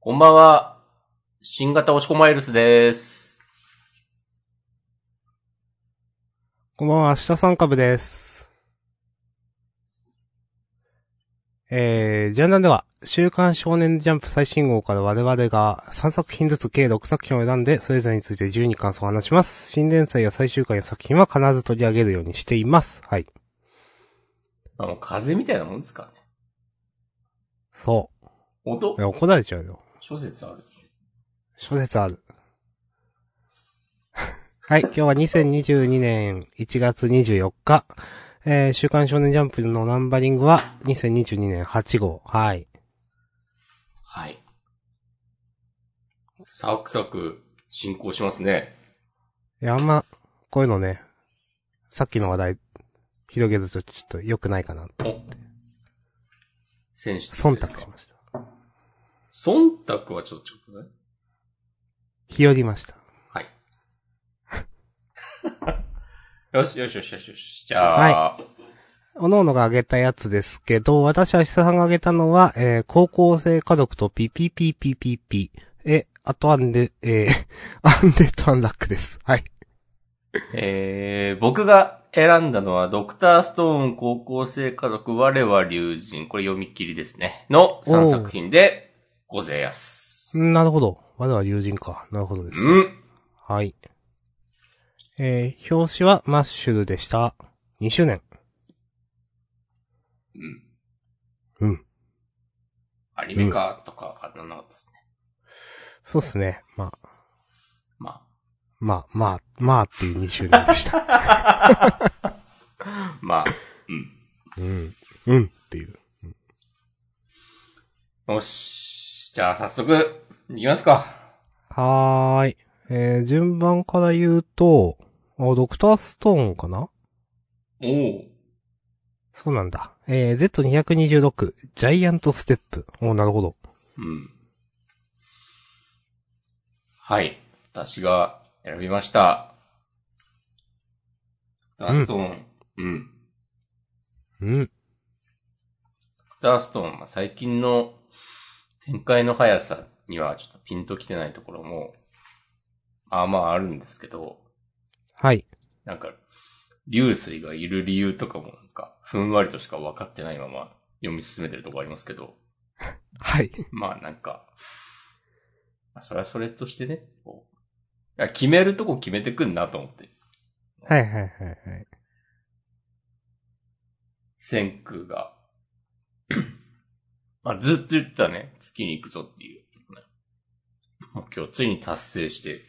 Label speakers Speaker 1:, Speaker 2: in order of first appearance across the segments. Speaker 1: こんばんは。新型押し込まイルスです。
Speaker 2: こんばんは、明日さん株です。えー、ジャンダンでは、週刊少年ジャンプ最新号から我々が3作品ずつ計6作品を選んで、それぞれについて自由に感想を話します。新連載や最終回の作品は必ず取り上げるようにしています。はい。
Speaker 1: あの、風邪みたいなもんですかね。
Speaker 2: そ
Speaker 1: 音
Speaker 2: う。いや怒られちゃうよ。
Speaker 1: 諸説ある。
Speaker 2: 諸説ある。 はい、今日は2022年1月24日、えー、週刊少年ジャンプのナンバリングは2022年8号。はい。
Speaker 1: はい。サクサク進行しますね。
Speaker 2: いや、あんま、こういうのね、さっきの話題、広げるとちょっと良くないかな。
Speaker 1: お選手
Speaker 2: 忖度しました。
Speaker 1: 忖度はちょっと違くない
Speaker 2: 日和りました。
Speaker 1: はい。よしよしよしよしよし。じゃあ、
Speaker 2: おのおのが挙げたやつですけど、私は久さんが挙げたのは、えー高校生家族とピピピピピピ。え、あとアンデ、えー アンデッドアンラックです。はい。
Speaker 1: えー、僕が選んだのは、ドクターストーン高校生家族我は竜人、これ読み切りですね。の3作品で、ごぜやす。
Speaker 2: んなるほど。我は友人か。なるほどです。
Speaker 1: うん。
Speaker 2: はい。えー表紙はマッシュルでした。2周年。
Speaker 1: うん。
Speaker 2: うん。
Speaker 1: アニメか、とか、あんなのなかったですね。
Speaker 2: そうっすね。まあ、
Speaker 1: ま
Speaker 2: まあ、まあ、まあっていう2周年でした。
Speaker 1: あ、ま
Speaker 2: うん。うんっていう。
Speaker 1: あ、よし。じゃあ、早速、いきますか。
Speaker 2: はーい。えー、順番から言うと、あドクターストーンかな
Speaker 1: おお。
Speaker 2: そうなんだ。えー、Z226、ジャイアントステップ。おーなるほど。
Speaker 1: うん。はい。私が選びました。ドクターストーン。うん
Speaker 2: うん。
Speaker 1: ドクターストーン、まあ、最近の展開の速さにはちょっとピンときてないところも、まあまああるんですけど、
Speaker 2: はい。
Speaker 1: なんか、流水がいる理由とかもなんか、ふんわりとしか分かってないまま読み進めてるとこありますけど、
Speaker 2: はい。
Speaker 1: まあなんか、まあ、それはそれとしてね、こういや決めるとこ決めてくんなと思って、
Speaker 2: はいはいはいはい。
Speaker 1: 千空が、 まあずっと言ってたね、月に行くぞっていう、目標をついに達成して、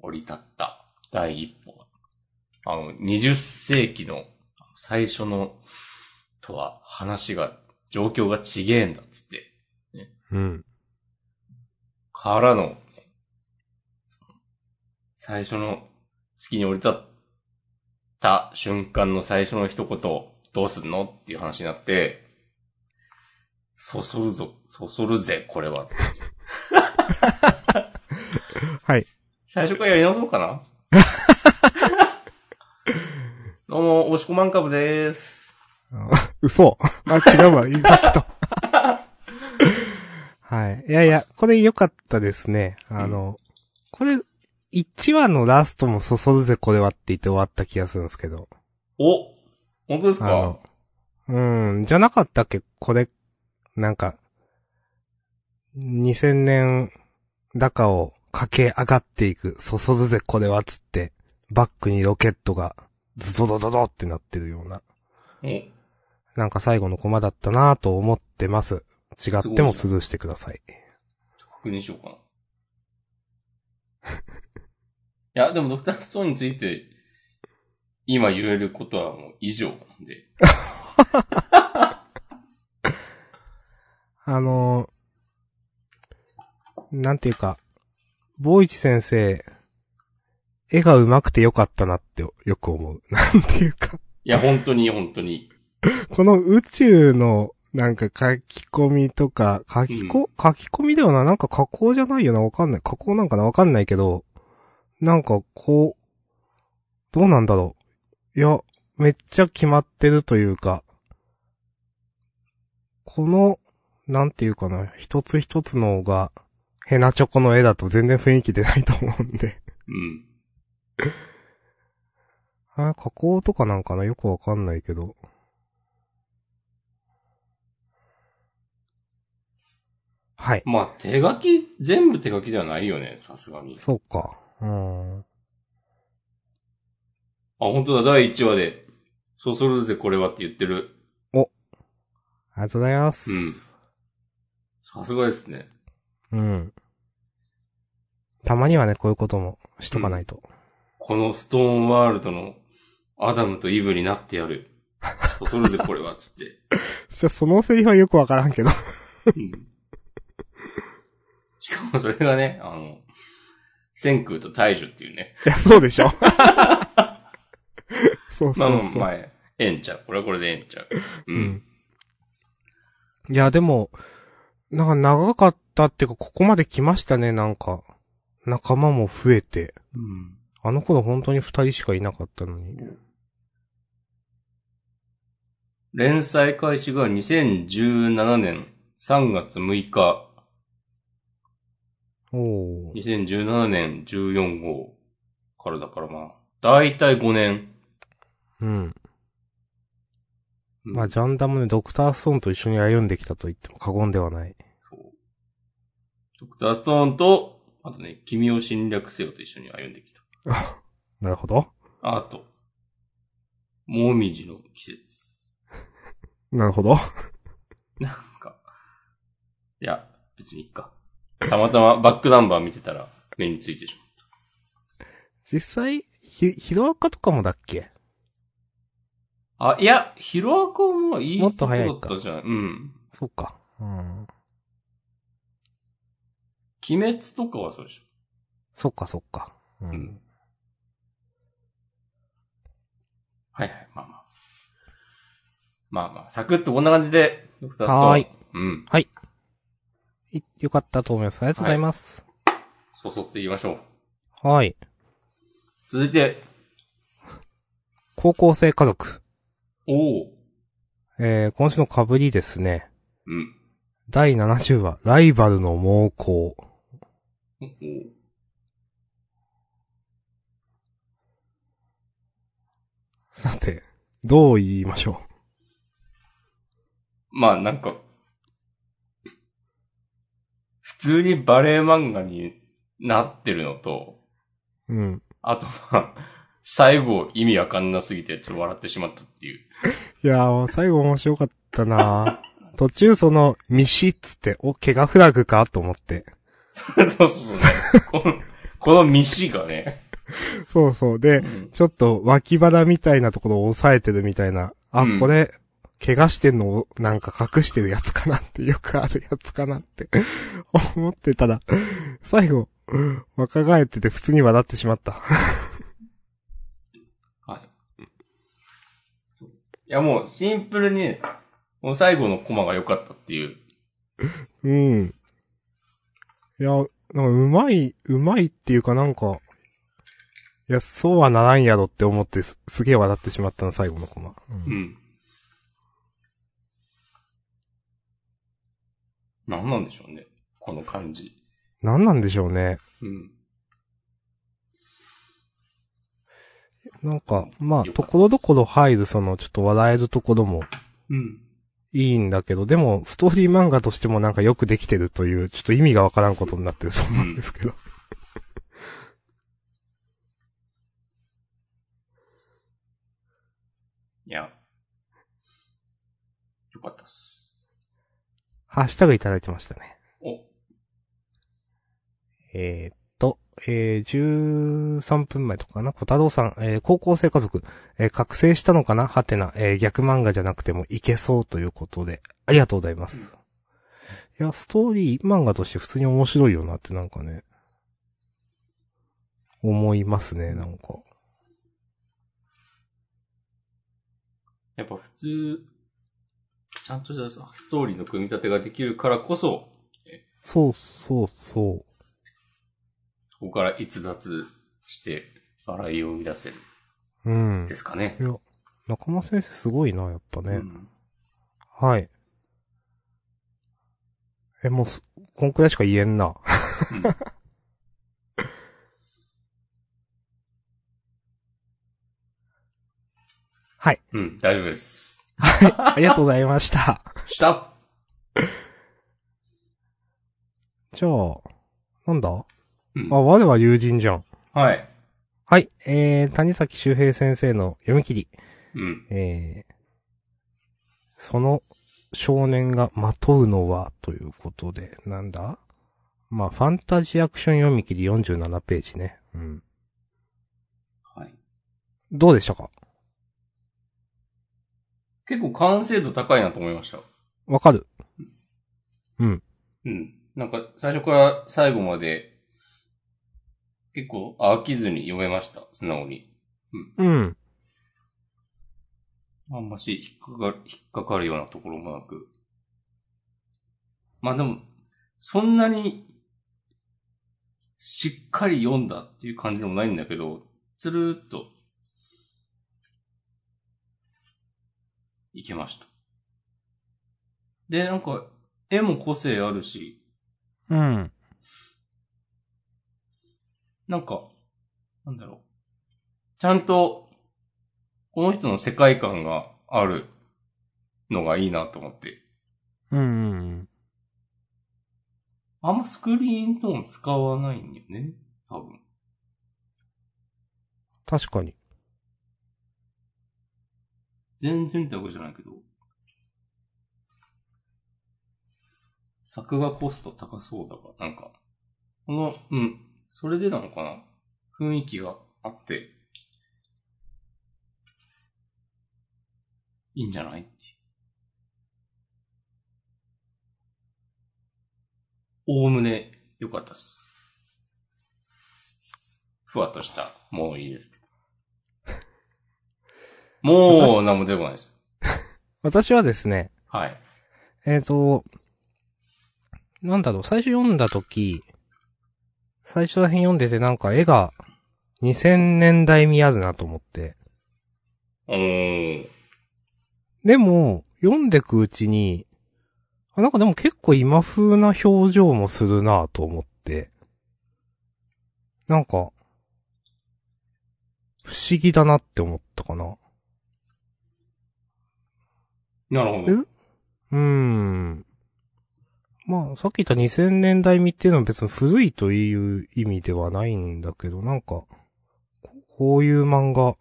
Speaker 1: 降り立った第一歩が。あの、20世紀の最初のとは話が、状況が違えんだっつって、
Speaker 2: うん。
Speaker 1: からの、その最初の月に降り立った瞬間の最初の一言、どうすんのっていう話になって、そそるぞ、そそるぜ、これは。
Speaker 2: はい。
Speaker 1: 最初からやり直そうかな どうも、押し込まんかぶでーす。
Speaker 2: あ嘘。 あ、違うわ。 さっきと。はい。いやいや、これ良かったですね。あの、これ、1話のラストもそそるぜこれはって言って終わった気がするんですけど。
Speaker 1: お本当です
Speaker 2: あ
Speaker 1: か
Speaker 2: の、うん、じゃなかったっけこれ、なんか、2000年高を駆け上がっていく、そそるぜこれはつって、バックにロケットがズドドドドってなってるような、
Speaker 1: お
Speaker 2: なんか最後のコマだったなぁと思ってます。違ってもスルーしてください。
Speaker 1: 確認しようかな。い や、でもドクターストーンについて、今言えることはもう以上なんで。
Speaker 2: あのーなんていうか、ボーイチ先生、絵が上手くてよかったなってよく思う。 なんていうか。
Speaker 1: いや、本当に本当に。
Speaker 2: この宇宙の、なんか書き込みとか、書きこ、書き込みだよな、なんか加工じゃないよな、わかんない。加工なんかな、わかんないけど、なんかこう、どうなんだろう。いや、めっちゃ決まってるというか、この、なんていうかな、一つ一つのが、ヘナチョコの絵だと全然雰囲気出ないと思うんで。
Speaker 1: うん。
Speaker 2: あ、加工とかなんかなよくわかんないけど。はい。
Speaker 1: まあ、手書き、全部手書きではないよね、さすがに。あ、
Speaker 2: そうか。うん。
Speaker 1: 本当だ、第1話で、そうするぜ、これはって言ってる。
Speaker 2: ありがとうございます。
Speaker 1: さすがですね。
Speaker 2: うん。たまにはね、こういうこともしとかないと。
Speaker 1: このストーンワールドのアダムとイブになってやる。そうするぜ、これは、つって。
Speaker 2: じゃ、そのセリフはよくわからんけど。
Speaker 1: うんしかもそれがね、あの、千空と大樹っていうね。
Speaker 2: いや、そうでし ょ。そう
Speaker 1: まあ
Speaker 2: そう
Speaker 1: まあ
Speaker 2: そう。
Speaker 1: まあ、ええんちゃう。これはこれでええんちゃう。う
Speaker 2: うんん。。いや、でも、なんか長かったっていうか、ここまで来ましたね、なんか。仲間も増えて。
Speaker 1: うん。
Speaker 2: あの頃本当に二人しかいなかったのに。
Speaker 1: 連載開始が2017年3月6日、
Speaker 2: おお。
Speaker 1: 2017年14号からだからまあ、だいたい5年。
Speaker 2: うん。
Speaker 1: うん
Speaker 2: まあ、ジャンダムね、ドクターストーンと一緒に歩んできたと言っても過言ではない。
Speaker 1: そう。ドクターストーンと、あとね、君を侵略せよと一緒に歩んできた。
Speaker 2: なるほど。
Speaker 1: あと、もみじの季節。
Speaker 2: なるほど。
Speaker 1: なんか、いや、別にいっか。たまたまバックナンバー見てたら目についてしまう。
Speaker 2: 実際、ひ、ヒロアカとかもだっけ
Speaker 1: あ、いや、ヒロアカもいい
Speaker 2: もっと早いか
Speaker 1: とこだったんじゃないうん。
Speaker 2: そうか。うん。
Speaker 1: 鬼滅とかはそうでしょ。
Speaker 2: そっかそっか。うん
Speaker 1: んはいはい、まあまあ。まあまあ、サクッとこんな感じで、ドクターストーン。
Speaker 2: はーい。
Speaker 1: うん。
Speaker 2: いよかったと思います。ありがとうございます。
Speaker 1: そそっていきましょう。
Speaker 2: はい。
Speaker 1: 続いて、
Speaker 2: 高校生家族。
Speaker 1: おお。
Speaker 2: えー、今週のかぶりですね。
Speaker 1: うん。
Speaker 2: 第70話、ライバルの猛攻。
Speaker 1: おお。
Speaker 2: さて、どう言いましょ
Speaker 1: まあなんか、普通にバレエ漫画になってるのと、
Speaker 2: う。うん。
Speaker 1: あとまあ、最後意味わかんなすぎてちょっと笑ってしまったっていう。
Speaker 2: いやー、最後面白かったな途中その、ミシっつって、お、怪我フラグかと思って。
Speaker 1: そうそうそう、ね。この、このミシがね。
Speaker 2: そうそう。で、ちょっと脇腹みたいなところを押さえてるみたいな。あ、
Speaker 1: うん
Speaker 2: これ、怪我してんのをなんか隠してるやつかなって、よくあるやつかなって 思ってたら、最後、若返ってて普通に笑ってしまった。
Speaker 1: はい。いやもうシンプルに、この最後のコマが良かったっていう。
Speaker 2: うん。いや、なんかうまい、うまいっていうかなんか、いや、そうはならんやろって思ってす、すげえ笑ってしまったの、最後のコマ。う
Speaker 1: うんん。なんなんでしょうね。この感じ。
Speaker 2: 何なんでしょうね。
Speaker 1: うん。
Speaker 2: なんか、まあ、
Speaker 1: よかったです
Speaker 2: ところどころ入る、その、ちょっと笑えるところも
Speaker 1: うん。
Speaker 2: いいんだけど、でも、ストーリー漫画としてもなんかよくできてるという、ちょっと意味がわからんことになってるそうなんですけど。
Speaker 1: いや。よかったっす。
Speaker 2: ハッシュタグいただいてましたね。
Speaker 1: お、
Speaker 2: えーっと、えー、13分前とかかな小太郎さん、えー高校生家族、えー覚醒したのかなはてな、えー逆漫画じゃなくてもいけそうということで、ありがとうございます。いや、ストーリー漫画として普通に面白いよなってなんかね、思いますね、なんか。
Speaker 1: やっぱ普通、ちゃんとしたさストーリーの組み立てができるからこそ、
Speaker 2: そうそうそう。
Speaker 1: そこから逸脱して、笑いを生み出せる。
Speaker 2: うん
Speaker 1: で。すかね
Speaker 2: い。や、中間先生すごいな、やっぱね。
Speaker 1: うん
Speaker 2: はい。え、もうす、こんくらいしか言えんな。はい。
Speaker 1: うん、大丈夫です。
Speaker 2: ありがとうございました。
Speaker 1: した
Speaker 2: じゃあ、なんだ
Speaker 1: うん
Speaker 2: あ、我は友人じゃん。
Speaker 1: はい。
Speaker 2: はい。えー、谷崎周平先生の読み切り。
Speaker 1: うん。
Speaker 2: えー、その少年がまとうのは、ということで、なんだまあ、ファンタジーアクション読み切り47ページね。うん。
Speaker 1: はい。
Speaker 2: どうでしたか
Speaker 1: 結構完成度高いなと思いました。
Speaker 2: わかる
Speaker 1: うん。なんか、最初から最後まで、結構飽きずに読めました、素直に。
Speaker 2: うん。
Speaker 1: あんまし引っかかる、引っかかるようなところもなく。まあでも、そんなに、しっかり読んだっていう感じでもないんだけど、つるーっと、いけました。で、なんか、絵も個性あるし、
Speaker 2: うん。
Speaker 1: なんか、なんだろう。ちゃんと、この人の世界観があるのがいいなと思って。
Speaker 2: うんうん。
Speaker 1: あんまスクリーントーン使わないんだよね。多分。
Speaker 2: 確かに。
Speaker 1: 全然ってわけじゃないけど。作画コスト高そうだが、なんか、この、うん、それでなのかな雰囲気があって、いいんじゃないっていう。おおむね良かったです。ふわっとした、もういいですけど。もう、何も出てこないです。
Speaker 2: 私はですね、
Speaker 1: はい。
Speaker 2: えっ、と、なんだろう、最初読んだ時、最初ら辺読んでてなんか絵が2000年代見やずなと思って。
Speaker 1: おー。
Speaker 2: でも、読んでくうちに、あ、なんかでも結構今風な表情もするなぁと思って。なんか、不思議だなって思ったかな。
Speaker 1: なるほど。
Speaker 2: うーん。まあ、さっき言った2000年代見っていうのは別に古いという意味ではないんだけど、なんか、ここういう漫画、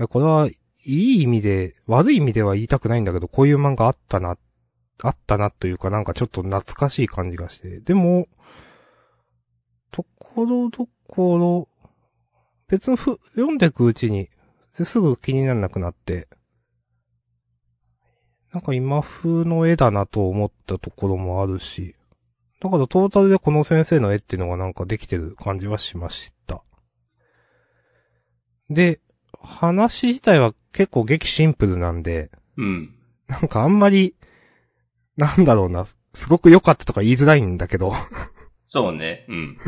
Speaker 2: えこれはいい意味で、悪い意味では言いたくないんだけど、こういう漫画あったな、あったなというかなんかちょっと懐かしい感じがして。でも、ところどころ、別にふ読んでいくうちに、すぐ気にならなくなって、なんか今風の絵だなと思ったところもあるし、だからトータルでこの先生の絵っていうのがなんかできてる感じはしました。で、話自体は結構激シンプルなんで、
Speaker 1: うん。
Speaker 2: なんかあんまり、なんだろうな、すごく良かったとか言いづらいんだけど、
Speaker 1: そうね。うん。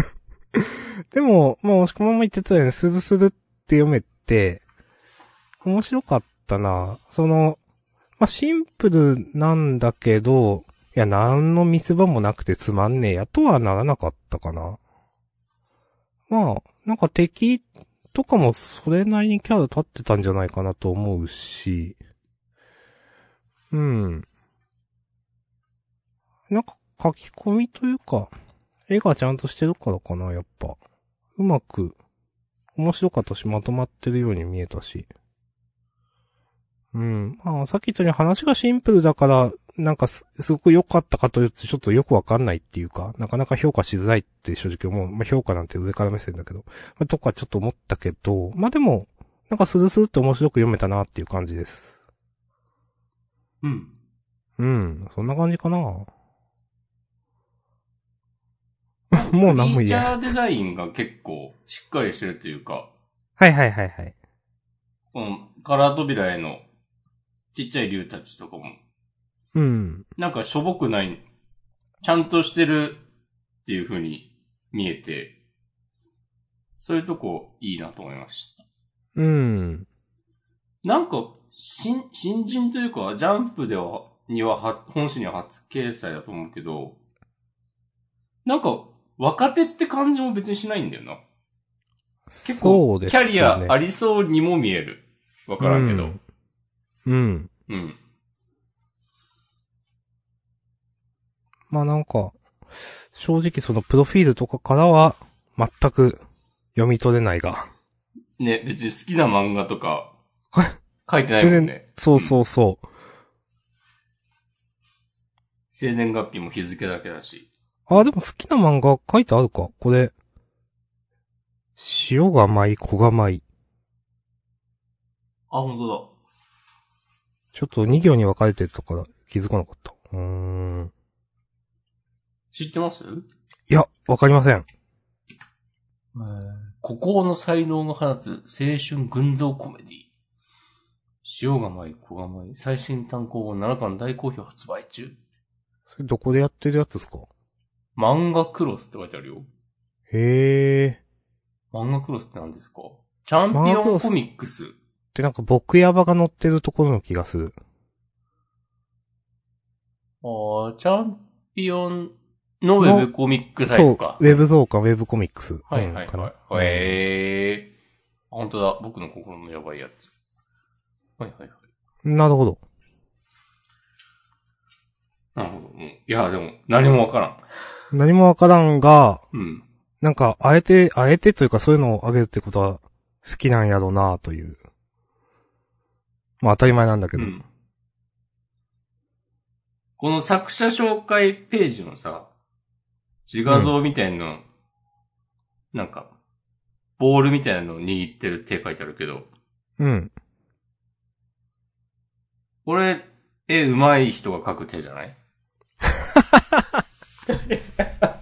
Speaker 2: でも、もう、押し込まも言ってたよね、スルスルって読めて、面白かったな。その、まあ、シンプルなんだけど、いや、何の見せ場もなくてつまんねえやとはならなかったかな。まあ、なんか敵とかもそれなりにキャラ立ってたんじゃないかなと思うし、うん。なんか書き込みというか、絵がちゃんとしてるからかな、やっぱ。うまく、面白かったし、まとまってるように見えたし。うん。まあ、さっき言ったように話がシンプルだから、なんかす、すごく良かったかというと、ちょっとよくわかんないっていうか、なかなか評価しづらいって正直思う。まあ、評価なんて上から目線だけど、まあ、とかちょっと思ったけど、まあでも、なんかスルスルって面白く読めたなっていう感じです。
Speaker 1: うん。
Speaker 2: うん。そんな感じかな。もう
Speaker 1: フ
Speaker 2: 何 も
Speaker 1: ィー
Speaker 2: 言え
Speaker 1: チ
Speaker 2: ない。
Speaker 1: ャーデザインが結構しっかりしてるというか、
Speaker 2: はいはいはいはい。
Speaker 1: このカラー扉へのちっちゃい竜たちとかも、
Speaker 2: うん。
Speaker 1: なんかしょぼくない、ちゃんとしてるっていう風に見えて、そういうとこいいなと思いました。
Speaker 2: うん。
Speaker 1: なんか、新、新人というか、ジャンプでは、にはは、本誌には初掲載だと思うけど、なんか、若手って感じも別にしないんだよな。結
Speaker 2: そ
Speaker 1: 構、
Speaker 2: うで
Speaker 1: キ
Speaker 2: すよ
Speaker 1: ャ
Speaker 2: ね
Speaker 1: リアありそうにも見える。わからんけど。
Speaker 2: うんうん。
Speaker 1: うん。
Speaker 2: まあなんか、正直そのプロフィールとかからは全く読み取れないが。
Speaker 1: ね、別に好きな漫画とか
Speaker 2: これ、
Speaker 1: 書いてないもん
Speaker 2: 全然
Speaker 1: ね。
Speaker 2: そうそうそう。
Speaker 1: 生年月日も日付だけだし。
Speaker 2: あ、でも好きな漫画書いてあるかこれ。塩が舞い、小が舞い。
Speaker 1: あ、本当だ。
Speaker 2: ちょっと2行に分かれてたから気づかなかった。うーん。
Speaker 1: 知ってます
Speaker 2: いや、わかりません。
Speaker 1: 孤高の才能が放つ青春群像コメディ。塩が舞い、小が舞い、最新単行本7巻大好評発売中。
Speaker 2: それどこでやってるやつですか
Speaker 1: 漫画クロスって書いてあるよ。
Speaker 2: へー。っ
Speaker 1: 漫画クロスって何ですかチャンピオンコミックス。
Speaker 2: てなんか僕ヤバが乗ってるところの気がする。
Speaker 1: あーチャンピオンのウェブコミックサイ
Speaker 2: そう、
Speaker 1: ト
Speaker 2: ウ
Speaker 1: か。
Speaker 2: ェブ増刊、ウェブコミックス。
Speaker 1: はい
Speaker 2: うん
Speaker 1: はい
Speaker 2: かな
Speaker 1: はい。へえー。本当だ。僕の心のやばいやつ。はいはいはい。
Speaker 2: なるほど。
Speaker 1: なるほど。うんいや、でも、何もわからん。
Speaker 2: 何もわからんが、
Speaker 1: うん。
Speaker 2: なんか、あえて、あえてというかそういうのをあげるってことは好きなんやろうなという。まあ当たり前なんだけ
Speaker 1: う
Speaker 2: ど。
Speaker 1: ん。この作者紹介ページのさ、自画像みたいな、なんか、ボールみたいなのを握ってる手書いてあるけど、
Speaker 2: うん。
Speaker 1: これ、絵上手い人が描く手じゃない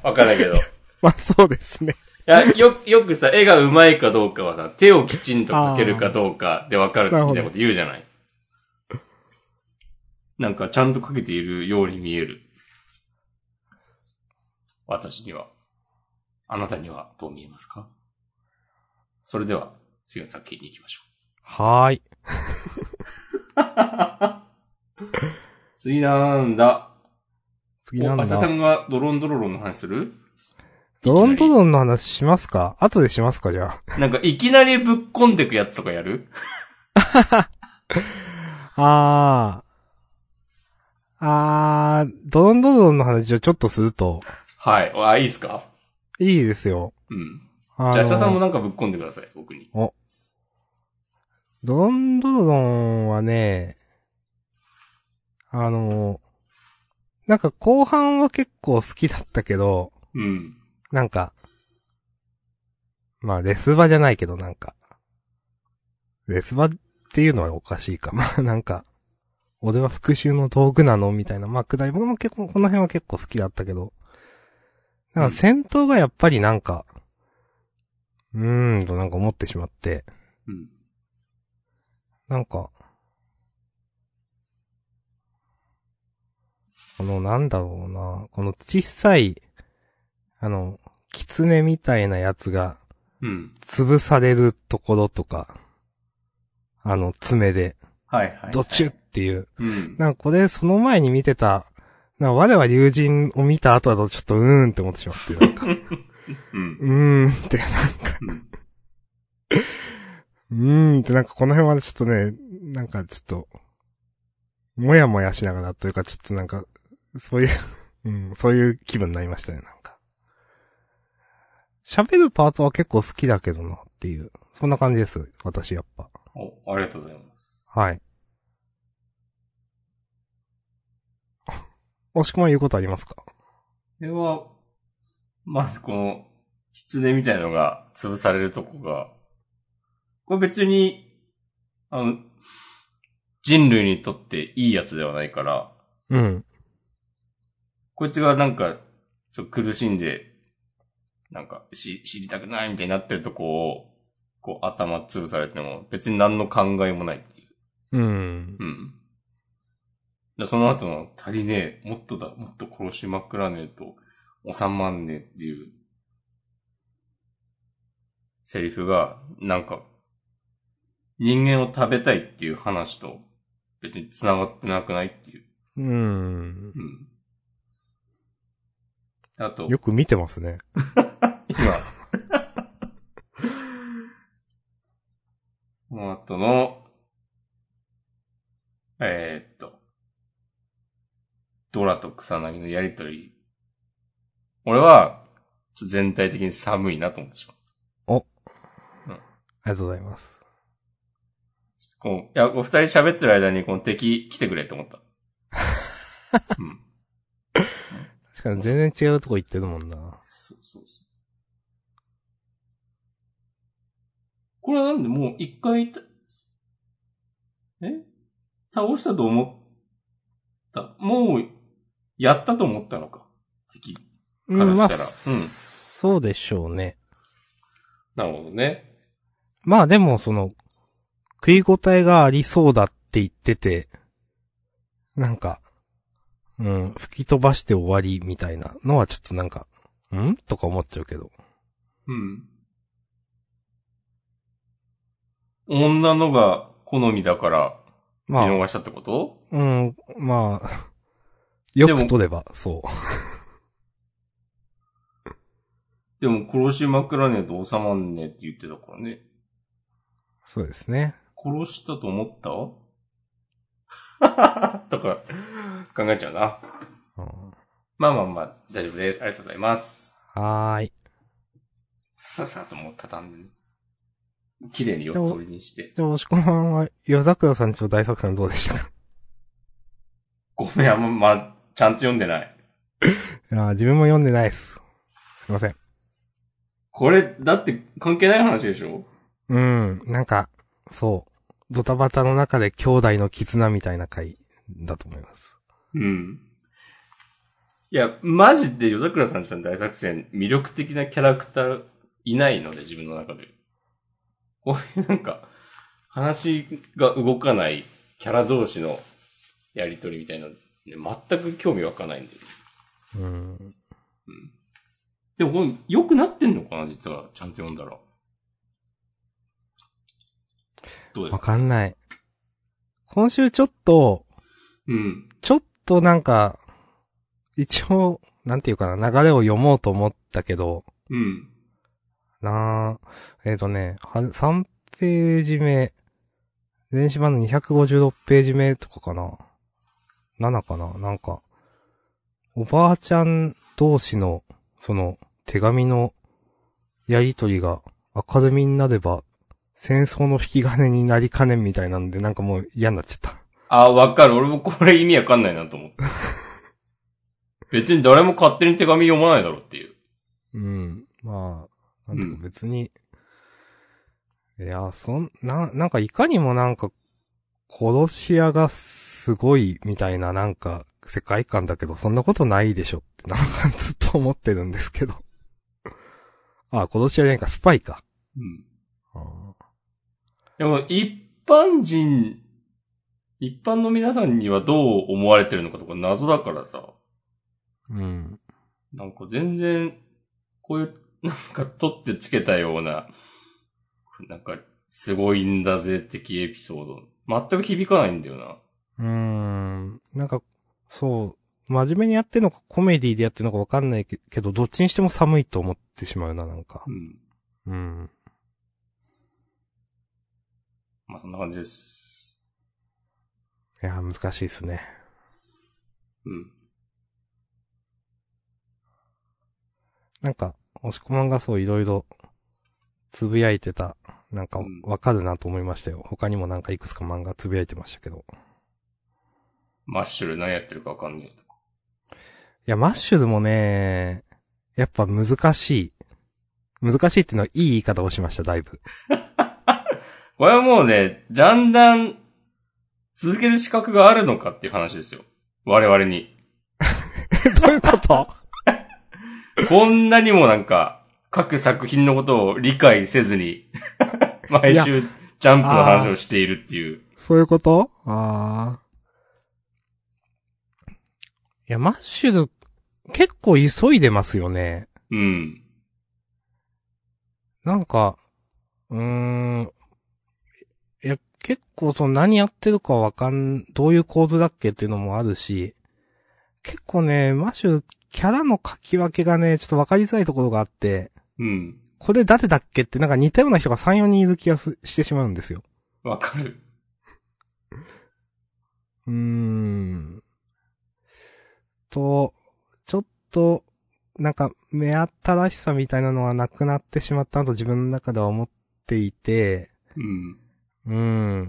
Speaker 1: わかんないけど。
Speaker 2: まあそうですね。
Speaker 1: いや、よ、よくさ、絵が上手いかどうかはさ、手をきちんと描けるかどうかでわかるみたいなこと言うじゃないなんか、ちゃんと描けているように見える。私には。あなたにはどう見えますかそれでは、次の作品に行きましょ
Speaker 2: はーい。
Speaker 1: う。次なんだ。
Speaker 2: 次な
Speaker 1: お
Speaker 2: ん
Speaker 1: 明日さ
Speaker 2: だ。
Speaker 1: んがドロンドロロンの話する
Speaker 2: ドロンドロンの話しますか後でしますかじゃ
Speaker 1: なんか、いきなりぶっこんでくやつとかやる
Speaker 2: あ。あー。あー、ドロンドロンの話をちょっとすると、
Speaker 1: はい。あ、いいっすか
Speaker 2: いいですよ。
Speaker 1: うん。
Speaker 2: あ
Speaker 1: じゃあ、明日さんも
Speaker 2: の、
Speaker 1: なんかぶっこんでください、僕に。
Speaker 2: ドロンドロンはね、あの、なんか後半は結構好きだったけど、
Speaker 1: うん。
Speaker 2: なんか、まあ、レス場じゃないけど、なんか、レス場っていうのはおかしいか。まあ、なんか、俺は復讐の道具なのみたいな。まあ、くだり、僕も結構、この辺は結構好きだったけど、な
Speaker 1: う
Speaker 2: んか
Speaker 1: ん
Speaker 2: 戦闘がやっぱりなんか、うーん、となんか思ってしまって、
Speaker 1: うん。
Speaker 2: なんか、このなんだろうな、この小さい、あの、狐みたいなやつが
Speaker 1: うん。
Speaker 2: 潰されるところとか、あの、爪で、
Speaker 1: はいはいはい。
Speaker 2: ドチュっていう。
Speaker 1: うん。
Speaker 2: なんかこれ、その前に見てた、なんか我は竜神を見た後だとちょっとうーんって思ってしまって、なんか、
Speaker 1: うん。
Speaker 2: うーんって、なんか、
Speaker 1: うん
Speaker 2: うーんってなんかこの辺はちょっとね、なんかちょっと、もやもやしながらというかちょっとなんか、そう いう、うん、そういう気分になりましたね、なんか。喋るパートは結構好きだけどなっていう、そんな感じです、私やっぱ。
Speaker 1: お、ありがとうございます。
Speaker 2: はい。 おしくま言うことありますか
Speaker 1: では、まずこの、狐みたいなのが潰されるとこが、これ別に、あの、人類にとっていいやつではないから、
Speaker 2: うん。
Speaker 1: こいつがなんか、ちょっと苦しんで、なんか、し、知りたくないみたいになってるとこを、こう頭潰されても、別に何の考えもないっていう。
Speaker 2: うん。
Speaker 1: うん。でその後の足りねえ、もっとだ、もっと殺しまくらねえと、収まんねえっていう、セリフが、なんか、人間を食べたいっていう話と、別に繋がってなくないっていう。
Speaker 2: うん。
Speaker 1: うん。あと、
Speaker 2: よく見てますね。
Speaker 1: 今。この後の、えーっと、ドラと草薙のやりとり。俺は、ちょっと全体的に寒いなと思ってしまう。
Speaker 2: ありがとうございます。
Speaker 1: こう、いや、お二人喋ってる間に、この敵来てくれって思った。うん。
Speaker 2: 確かに全然違うとこ行ってるもんな。
Speaker 1: そうそうそう。これはなんでもう一回た、え倒したと思った。もう、やったと思ったのか。敵。
Speaker 2: う
Speaker 1: から
Speaker 2: ん、まあ、
Speaker 1: したらうん
Speaker 2: そうでしょうね。
Speaker 1: なるほどね。
Speaker 2: まあでも、その、食い応えがありそうだって言ってて、なんか、うん、吹き飛ばして終わりみたいなのはちょっとなんか、んとか思っちゃうけど。
Speaker 1: うん。女のが好みだから、見
Speaker 2: まあ、
Speaker 1: 逃したってこと、
Speaker 2: うん、まあ、よ
Speaker 1: で
Speaker 2: く
Speaker 1: も
Speaker 2: 取れば、そう。
Speaker 1: でも殺しまくらねえと収まんねえって言ってたからね。
Speaker 2: そうですね。
Speaker 1: 殺したと思った とか、考えちゃうな。
Speaker 2: うん、
Speaker 1: まあまあまあ、大丈夫です。ありがとうございます。
Speaker 2: はーい。
Speaker 1: ささっともう畳んでね。綺麗に四つ折りにして。
Speaker 2: じゃあ、押し込まんは、夜桜さんちの大作戦どうでしたか
Speaker 1: ごめん、あんま、まあ、ちゃんと読んでない。
Speaker 2: いやー自分も読んでないです。すいません。
Speaker 1: これ、だって関係ない話でしょ
Speaker 2: うん、なんか、そう。ドタバタの中で兄弟の絆みたいな回だと思います。
Speaker 1: うん。いや、マジで夜桜さんちの大作戦、魅力的なキャラクターいないので、自分の中で。こういうなんか、話が動かないキャラ同士のやりとりみたいな、ね、全く興味湧かないんで。
Speaker 2: うん。
Speaker 1: でもこれ良くなってんのかな、実は。ちゃんと読んだら。どうです
Speaker 2: わ
Speaker 1: か
Speaker 2: かんない。今週ちょっと、
Speaker 1: うん。
Speaker 2: ちょっとなんか、一応、なんていうかな、流れを読もうと思ったけど、
Speaker 1: うん。
Speaker 2: なあえっ、とね、は3ページ目、電子版の256ページ目とかかな。7かななんか、おばあちゃん同士の、その、手紙のやりとりが明るみになれば、戦争の引き金になりかねんみたいなんで、なんかもう嫌になっちゃった。
Speaker 1: あ、わかる。俺もこれ意味わかんないなと思 って。別に誰も勝手に手紙読まないだろうっていう。
Speaker 2: うん。まあ、なん
Speaker 1: う
Speaker 2: と
Speaker 1: ん
Speaker 2: か別に、いや、そんな、なんかいかにもなんか、殺し屋がすごいみたいななんか世界観だけど、そんなことないでしょってなんかずっと思ってるんですけど。 あ、殺し屋じゃないか、スパイか。
Speaker 1: うん。
Speaker 2: あ
Speaker 1: でも、一般人、一般の皆さんにはどう思われてるのかとか謎だからさ。
Speaker 2: ーうん。
Speaker 1: なんか全然、こういう、なんか取ってつけたような、なんか、すごいんだぜ的エピソード。全く響かないんだよな。
Speaker 2: うーん。なんか、そう、真面目にやってんのかコメディでやってんのかわかんないけけど、どっちにしても寒いと思ってしまうな、なんか。
Speaker 1: うん。
Speaker 2: うん。
Speaker 1: まあ、そんな感じです。
Speaker 2: いや、難しいですね。
Speaker 1: うん。
Speaker 2: なんか、押し込まんがそういろいろ、つぶやいてた、なんか
Speaker 1: うん、
Speaker 2: わかるなと思いましたよ。他にもなんかいくつか漫画つぶやいてましたけど。い
Speaker 1: マッシュル何やってるかわかんないとか。
Speaker 2: や、マッシュルもね、やっぱ難しい。難しいっていうのはいい言い方をしました、だいぶ。
Speaker 1: これはもうね、だんだん、続ける資格があるのかっていう話ですよ。我々に。
Speaker 2: どういうこと
Speaker 1: こんなにもなんか、各作品のことを理解せずに、 毎週、ジャンプの話をしているっていう。
Speaker 2: そういうことああ。いや、マッシュル、結構急いでますよね。
Speaker 1: うん。
Speaker 2: なんか、うーん。いや、結構その何やってるかわかん、どういう構図だっけっていうのもあるし、結構ね、マッシュキャラの書き分けがね、ちょっと分かりづらいところがあって、
Speaker 1: うん。
Speaker 2: これ誰だっけってなんか似たような人が3、4人いる気がすしてしまうんですよ。
Speaker 1: わかる。
Speaker 2: うーん。と、ちょっと、なんか、目新しさみたいなのはなくなってしまったなと自分の中では思っていて、
Speaker 1: うん。
Speaker 2: うー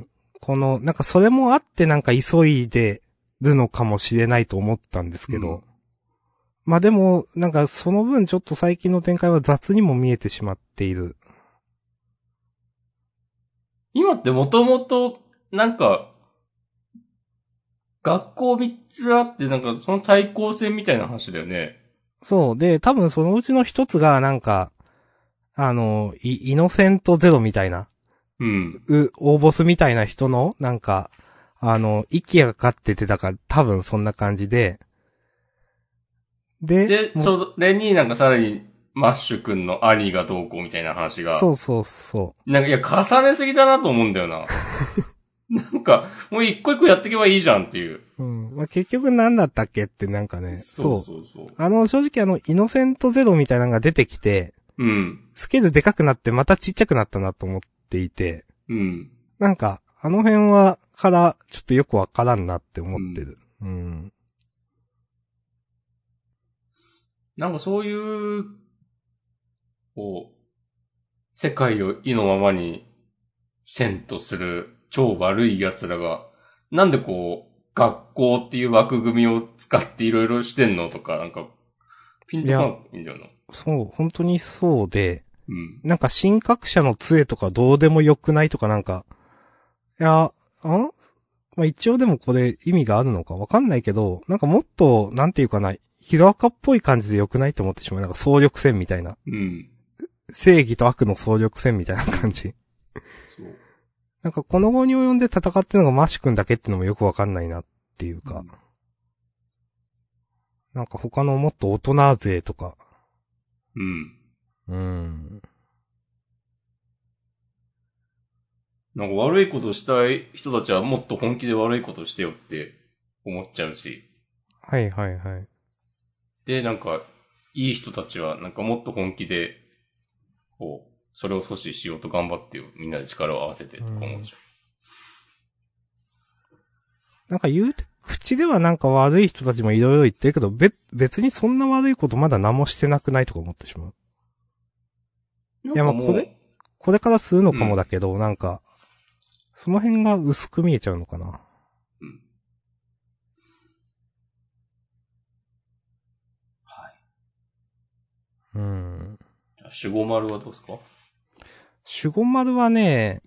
Speaker 2: ん。この、なんかそれもあってなんか急いでるのかもしれないと思ったんですけど、
Speaker 1: うん
Speaker 2: まあでも、なんかその分ちょっと最近の展開は雑にも見えてしまっている。
Speaker 1: 今ってもともと、なんか、学校三つあって、なんかその対抗戦みたいな話だよね。
Speaker 2: そう。で、多分そのうちの一つがなんか、あの、イイノセントゼロみたいな。
Speaker 1: うん。
Speaker 2: う、大ボスみたいな人の、なんか、あの、息がかかってて、だから多分そんな感じで。で、
Speaker 1: で、
Speaker 2: もう
Speaker 1: それになんかさらに、マッシュ君の兄がどうこうみたいな話が。
Speaker 2: そうそうそ
Speaker 1: なんか、いや、重ねすぎだなと思うんだ よな。なんか、もう一個一個やっていけばいいじゃんっていう。
Speaker 2: う。うん。まあ、結局何だったっけってなんかね、そう。
Speaker 1: そうそう。
Speaker 2: あの、正直あの、イノセントゼロみたいなのが出てきて、
Speaker 1: うん。
Speaker 2: スケールでかくなってまたちっちゃくなったなと思っていて、
Speaker 1: うん。
Speaker 2: なんか、あの辺は、から、ちょっとよくわからんなって思ってる。うん。
Speaker 1: なんかそういう、こう、世界を意のままに、せんとする超悪い奴らが、なんでこう、学校っていう枠組みを使っていろいろしてんのとか、なんか、ピンとこないんだよな。
Speaker 2: そう、本当にそうで、
Speaker 1: うん。
Speaker 2: なんか新格者の杖とかどうでもよくないとかなんか、いや、あんまあ、一応でもこれ意味があるのかわかんないけど、なんかもっと、なんていうかな、ヒロアカっぽい感じでよくないと思ってしまう。なんか総力戦みたいな。
Speaker 1: うん。
Speaker 2: 正義と悪の総力戦みたいな感じ。
Speaker 1: そう。
Speaker 2: なんかこの後に及んで戦ってるのがマシ君だけってのもよくわかんないなっていうか。
Speaker 1: うん
Speaker 2: なんか他のもっと大人勢とか。
Speaker 1: うん。
Speaker 2: うん。
Speaker 1: なんか悪いことしたい人たちはもっと本気で悪いことしてよって思っちゃうし。
Speaker 2: はいはいはい。
Speaker 1: で、なんか、いい人たちはなんかもっと本気で、こう、それを阻止しようと頑張ってよ。みんなで力を合わせてとか思っちゃ
Speaker 2: なんか言うて、口ではなんか悪い人たちもいろいろ言ってるけど、べ、別にそんな悪いことまだ何もしてなくないとか思ってしまう。
Speaker 1: う。
Speaker 2: んいや
Speaker 1: なんか
Speaker 2: まあこ
Speaker 1: う
Speaker 2: れこれからするのかもだけど、なんか、その辺が薄く見えちゃうのかな。
Speaker 1: うんはい。
Speaker 2: うん。
Speaker 1: 守護丸はどうですか
Speaker 2: 守護丸はね、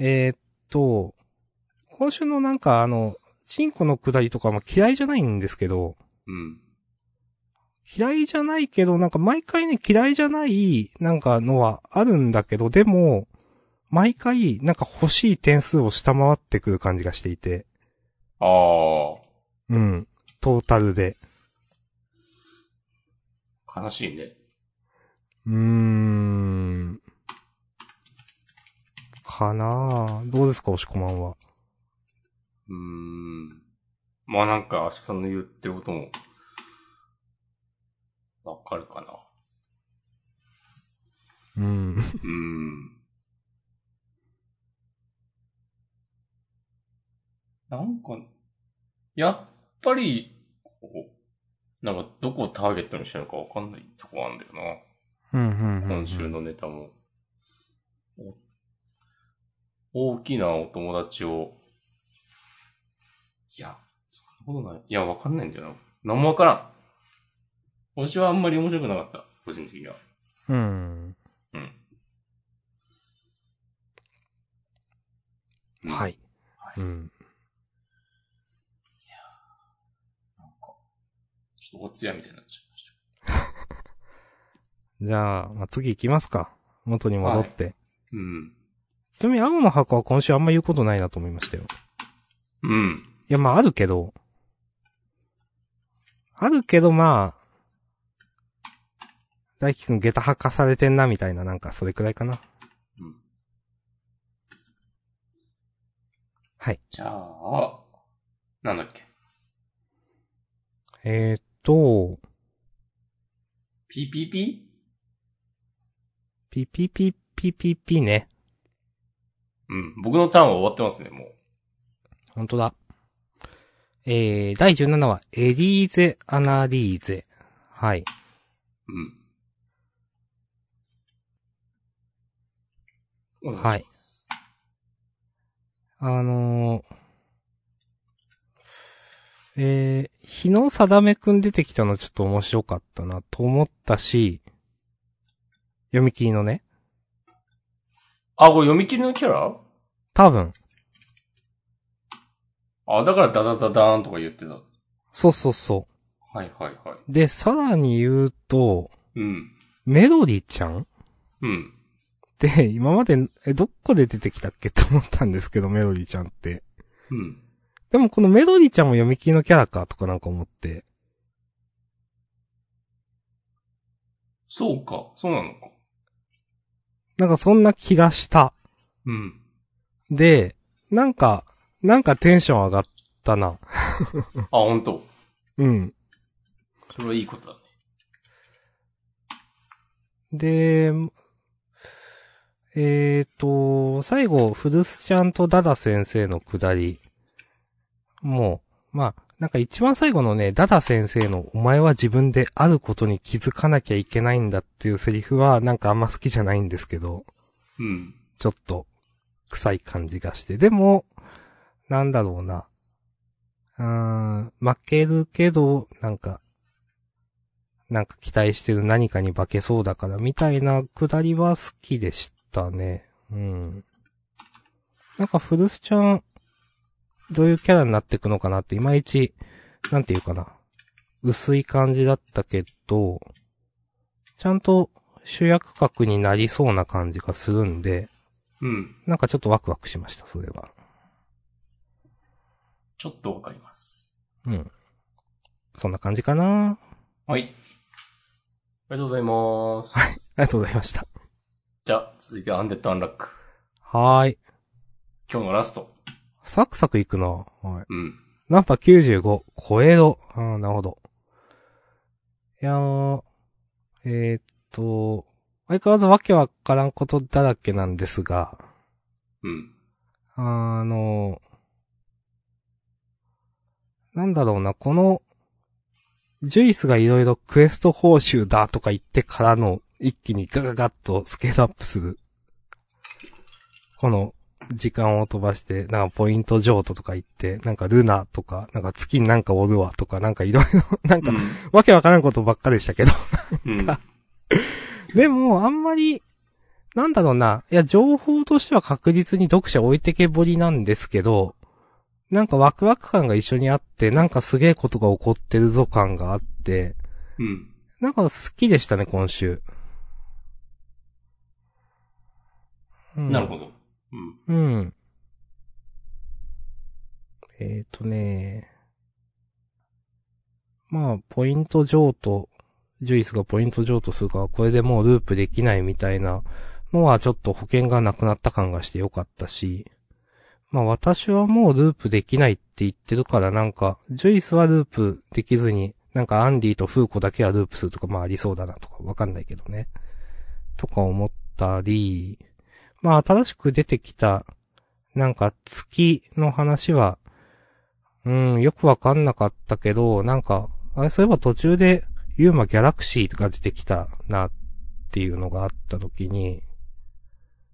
Speaker 2: えーっと、今週のなんかあの、チンコの下りとかも嫌いじゃないんですけど、
Speaker 1: うん。
Speaker 2: 嫌いじゃないけど、なんか毎回ね、嫌いじゃない、なんかのはあるんだけど、でも、毎回、なんか欲しい点数を下回ってくる感じがしていて、
Speaker 1: ああ、
Speaker 2: うん。トータルで。
Speaker 1: 悲しいね。
Speaker 2: うーん。かなぁ。どうですか、押し込まんは。
Speaker 1: うーん。まあなんか、アシカさんの言ってることも、わかるかな。
Speaker 2: うん。
Speaker 1: うーん。なんか、やっぱり、こう、なんかどこをターゲットにしてるのかわかんないとこあるんだよ
Speaker 2: うん、うんう
Speaker 1: な。
Speaker 2: ん。
Speaker 1: 今週。のネタも。お大きなお友達を、いや、そんなことない。いや、わかんないんだよな。なんもわからん。今週はあんまり面白くなかった。個人的には。
Speaker 2: うん。
Speaker 1: うん。
Speaker 2: はい。うん。
Speaker 1: なんか、ちょっとおつやみたいになっちゃいました。
Speaker 2: じゃあ、まあ、次行きますか。元に戻って。
Speaker 1: うん。
Speaker 2: ちなみに、青の箱は今週あんま言うことないなと思いましたよ。
Speaker 1: うん。
Speaker 2: いや、まあ、あるけど。あるけど、まあ、大輝くん下駄吐かされてんな、みたいな、なんか、それくらいかな。
Speaker 1: じゃあ、なんだっけ。
Speaker 2: えーっと、
Speaker 1: ピピピ
Speaker 2: ピピピピピピね。
Speaker 1: うん。僕のターンは終わってますね、もう。
Speaker 2: 本当だ。えー、第17話、エリーゼ・アナリーゼ。はい。
Speaker 1: うん。
Speaker 2: はい。あのー、えー、日野さだめくん出てきたのちょっと面白かったなと思ったし、読み切りのね、
Speaker 1: あ、これ読み切りのキャラ
Speaker 2: 多分、
Speaker 1: あ、だからダダダダーンとか言ってた。
Speaker 2: そうそうそ
Speaker 1: はいはいは
Speaker 2: う。で、さらに言うと、
Speaker 1: い。うん。
Speaker 2: メロディちゃんっ
Speaker 1: うん。
Speaker 2: て、今まで、え、どっこで出てきたっけ と思ったんですけど、メロディちゃんって。
Speaker 1: うん。
Speaker 2: でもこのメロディちゃんも読み切りのキャラかとかなんか思って、
Speaker 1: そうか。そうなのか。
Speaker 2: なんかそんな気がした。
Speaker 1: うん。
Speaker 2: で、なんか、なんかテンション上がったな。
Speaker 1: あ、本当。
Speaker 2: うん。
Speaker 1: それはいいことだね。
Speaker 2: で、えっ、と、最後、古巣ちゃんとダダ先生のくだり。もう、まあ、なんか一番最後のね、ダダ先生のお前は自分であることに気づかなきゃいけないんだっていうセリフはなんかあんま好きじゃないんですけど、
Speaker 1: うん。
Speaker 2: ちょっと臭い感じがして。でも、なんだろうな。うーん、負けるけど、なんか、なんか期待してる何かに化けそうだからみたいなくだりは好きでしたね。うん。なんか古巣ちゃん、どういうキャラになっていくのかなって、いまいち、なんていうかな。薄い感じだったけど、ちゃんと主役格になりそうな感じがするんで、
Speaker 1: うん。
Speaker 2: なんかちょっとワクワクしました、それは。
Speaker 1: ちょっとわかります。
Speaker 2: うん。そんな感じかな
Speaker 1: はい。ありがとうございます。
Speaker 2: ありがとうございました。
Speaker 1: じゃあ、続いてアンデッドアンラック。
Speaker 2: はーい。
Speaker 1: 今日のラスト。
Speaker 2: サクサクいくなはい。
Speaker 1: うん。
Speaker 2: ナンパ95、超えろ。あーなるほど。いやー、えー、っと、相変わらずわけわからんことだらけなんですが、
Speaker 1: うん。
Speaker 2: あの、なんだろうな、この、ジュイスがいろいろクエスト報酬だとか言ってからの一気にガガガッとスケールアップする。この時間を飛ばして、なんかポイント譲渡とか言って、なんかルナとか、なんか月になんかおるわとか、なんかいろいろ、なんかわけわからんことばっかでしたけど。
Speaker 1: うん。うん。
Speaker 2: でも、あんまり、なんだろうな。いや、情報としては確実に読者置いてけぼりなんですけど、なんかワクワク感が一緒にあって、なんかすげえことが起こってるぞ感があって、
Speaker 1: うん。
Speaker 2: なんか好きでしたね、今週。うん
Speaker 1: なるほど。うん。
Speaker 2: うん。えっ、ー、とね。まあ、ポイント譲渡、ジュイスがポイント譲渡するから、これでもうループできないみたいなのはちょっと保険がなくなった感がしてよかったし、まあ私はもうループできないって言ってるからなんか、ジュイスはループできずに、なんかアンディとフーコだけはループするとか、まあありそうだなとかわかんないけどね。とか思ったり、まあ新しく出てきた、なんか月の話は、うん、よくわかんなかったけど、なんか、あれ、そういえば途中で、ユーマギャラクシーが出てきたなっていうのがあった時に、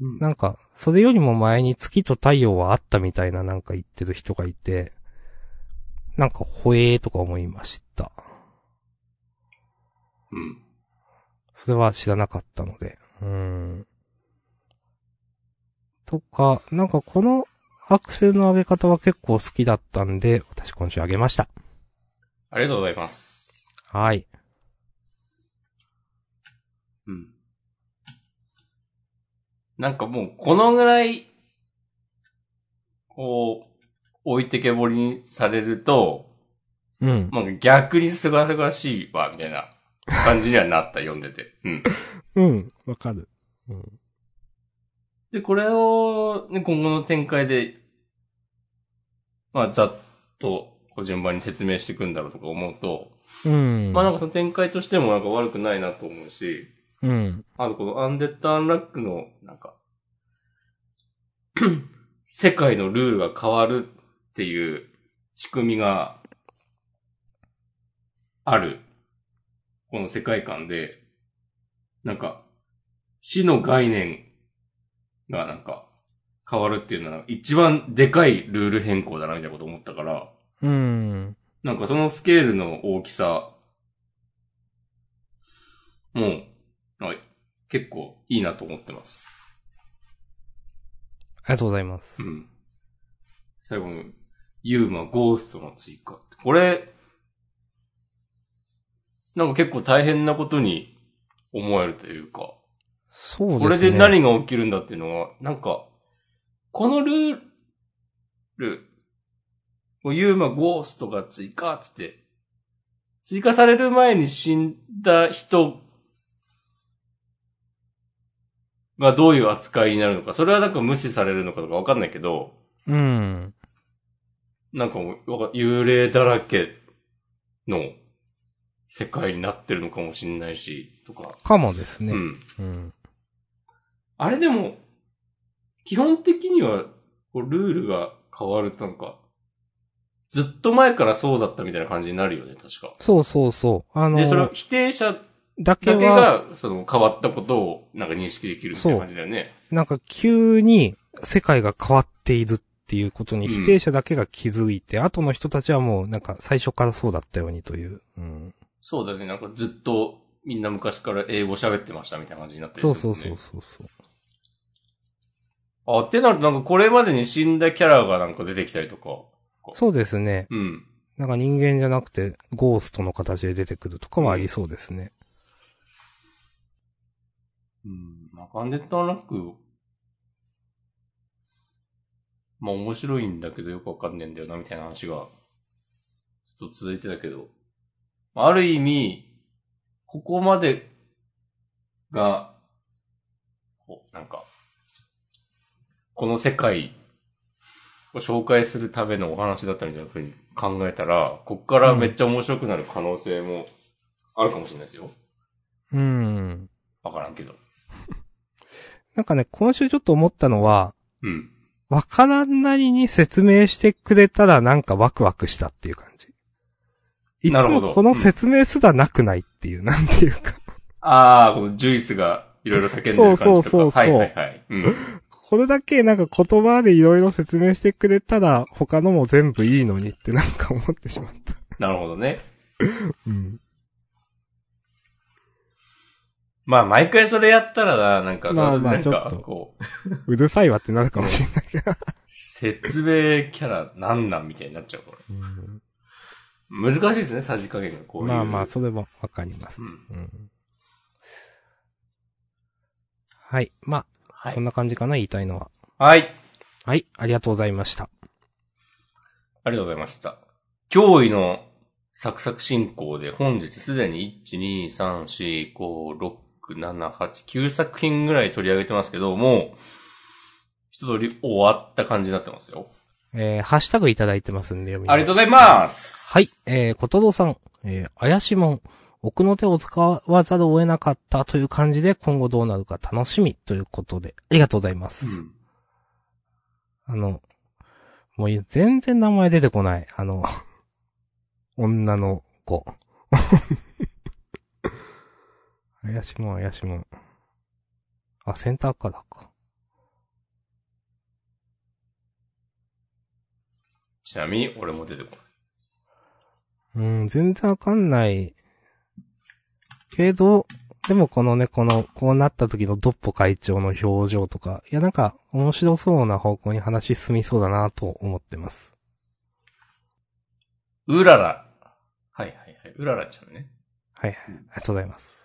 Speaker 1: うん
Speaker 2: なんか、それよりも前に月と太陽はあったみたいななんか言ってる人がいて、なんか、ほえーとか思いました。
Speaker 1: うん。
Speaker 2: それは知らなかったので。うーん。とか、なんかこのアクセルの上げ方は結構好きだったんで、私今週上げました。
Speaker 1: ありがとうございます。
Speaker 2: はい。
Speaker 1: うん。なんかもう、このぐらい、こう、置いてけぼりにされると、
Speaker 2: うん。
Speaker 1: なんか逆にすがすがしいわ、みたいな感じにはなった、読んでて。うん。
Speaker 2: うん。わかる。うん。
Speaker 1: で、これを、ね、今後の展開で、まあ、ざっと、こう順番に説明していくんだろうとか思うと、
Speaker 2: うん。
Speaker 1: まあなんかその展開としてもなんか悪くないなと思うし、
Speaker 2: うん。
Speaker 1: あとこのアンデッド・アンラックの、なん か、世界のルールが変わるっていう仕組みがある、この世界観で、なんか、死の概念がなんか変わるっていうのは一番でかいルール変更だなみたいなこと思ったから、
Speaker 2: うん。
Speaker 1: なんかそのスケールの大きさ、もう、はい、結構いいなと思ってます。
Speaker 2: ありがとうございます
Speaker 1: う。ん。最後の、ユーマ、ゴーストの追加って。これ、なんか結構大変なことに思えるというか、
Speaker 2: そうですね。
Speaker 1: これで何が起きるんだっていうのは、なんか、このルール、こうユーマ、ゴーストが追加っつって、追加される前に死んだ人がどういう扱いになるのか、それはなんか無視されるのかとかわかんないけど、
Speaker 2: うん。
Speaker 1: なんかもうわか幽霊だらけの世界になってるのかもしんないし、とか。
Speaker 2: かもですね
Speaker 1: う。ん。
Speaker 2: うん。
Speaker 1: あれでも、基本的には、こうルールが変わるとなんか、ずっと前からそうだったみたいな感じになるよね、確か。
Speaker 2: そうそうそう。あ
Speaker 1: で、それは
Speaker 2: の、
Speaker 1: 否定者
Speaker 2: だけ
Speaker 1: だけ
Speaker 2: は、
Speaker 1: が、その変わったことを、なんか認識できるみたいな感じだよね。
Speaker 2: なんか急に世界が変わっているっていうことに否定者だけが気づいて、後の人たちはもうなんか最初からそうだったようにという。うん。
Speaker 1: そうだね、なんかずっと、みんな昔から英語喋ってましたみたいな感じになってる
Speaker 2: そうそうそうそうそう。
Speaker 1: あ、ってなるとなんかこれまでに死んだキャラがなんか出てきたりとか。
Speaker 2: そうですね。
Speaker 1: うん。
Speaker 2: なんか人間じゃなくて、ゴーストの形で出てくるとかはありそうですね。
Speaker 1: うん。まあ、ガンデッドアンラック、まあ面白いんだけどよくわかんねえんだよな、みたいな話が、ずっと続いてたけど。まあある意味、ここまでが、こう、なんか、この世界を紹介するためのお話だったみたいな風に考えたら、こっからめっちゃ面白くなる可能性もあるかもしれないですよ。
Speaker 2: うん。
Speaker 1: わからんけど。
Speaker 2: なんかね、今週ちょっと思ったのは、
Speaker 1: うん。
Speaker 2: わからんなりに説明してくれたらなんかワクワクしたっていう感じ。いつ
Speaker 1: なるほど
Speaker 2: もこの説明すらなくないっていう、なんていうか。
Speaker 1: ああ、このジュイスがいろいろ叫んでる感じとか。
Speaker 2: そうそうそうそう
Speaker 1: はいはいはい。うん。
Speaker 2: これだけなんか言葉でいろいろ説明してくれたら他のも全部いいのにってなんか思ってしまった。
Speaker 1: なるほどね。
Speaker 2: うん。
Speaker 1: まあ、毎回それやったらな、なんか、
Speaker 2: まあ
Speaker 1: その
Speaker 2: まあ
Speaker 1: なん
Speaker 2: ちょっ
Speaker 1: か
Speaker 2: と、
Speaker 1: こう、
Speaker 2: うるさいわってなるかもしれないけど。
Speaker 1: 説明キャラなんなんみたいになっちゃうから。
Speaker 2: うん
Speaker 1: 難しいですね、さじ加減がこういう。
Speaker 2: まあまあ、それもわかります。
Speaker 1: う
Speaker 2: うんはい。まあ、
Speaker 1: はい
Speaker 2: そんな感じかな、言いたいのは。
Speaker 1: はい。
Speaker 2: はい、ありがとうございました。
Speaker 1: ありがとうございました。驚異のサクサク進行で本日すでに1、2、3、4、5、6、7、8、9作品ぐらい取り上げてますけど、もう、一通り終わった感じになってますよ。
Speaker 2: えー、ハッシュタグいただいてますんで、読みます
Speaker 1: ありがとうございます
Speaker 2: はい、えー、ことどうさん、えー、怪しもん、奥の手を使わざるを得なかったという感じで、今後どうなるか楽しみということで、ありがとうございます。
Speaker 1: うん
Speaker 2: あの、もう全然名前出てこない。あの、 女の子。 怪しもん、怪しもん。あ、センターカラーか。
Speaker 1: ちなみに、俺も出てこない。
Speaker 2: うん、全然わかんない。けど、でもこのね、この、こうなった時のドッポ会長の表情とか、いやなんか面白そうな方向に話進みそうだなと思ってます。
Speaker 1: うらら。はいはいはい。うららちゃんね。
Speaker 2: はいはい。ありがとうございます。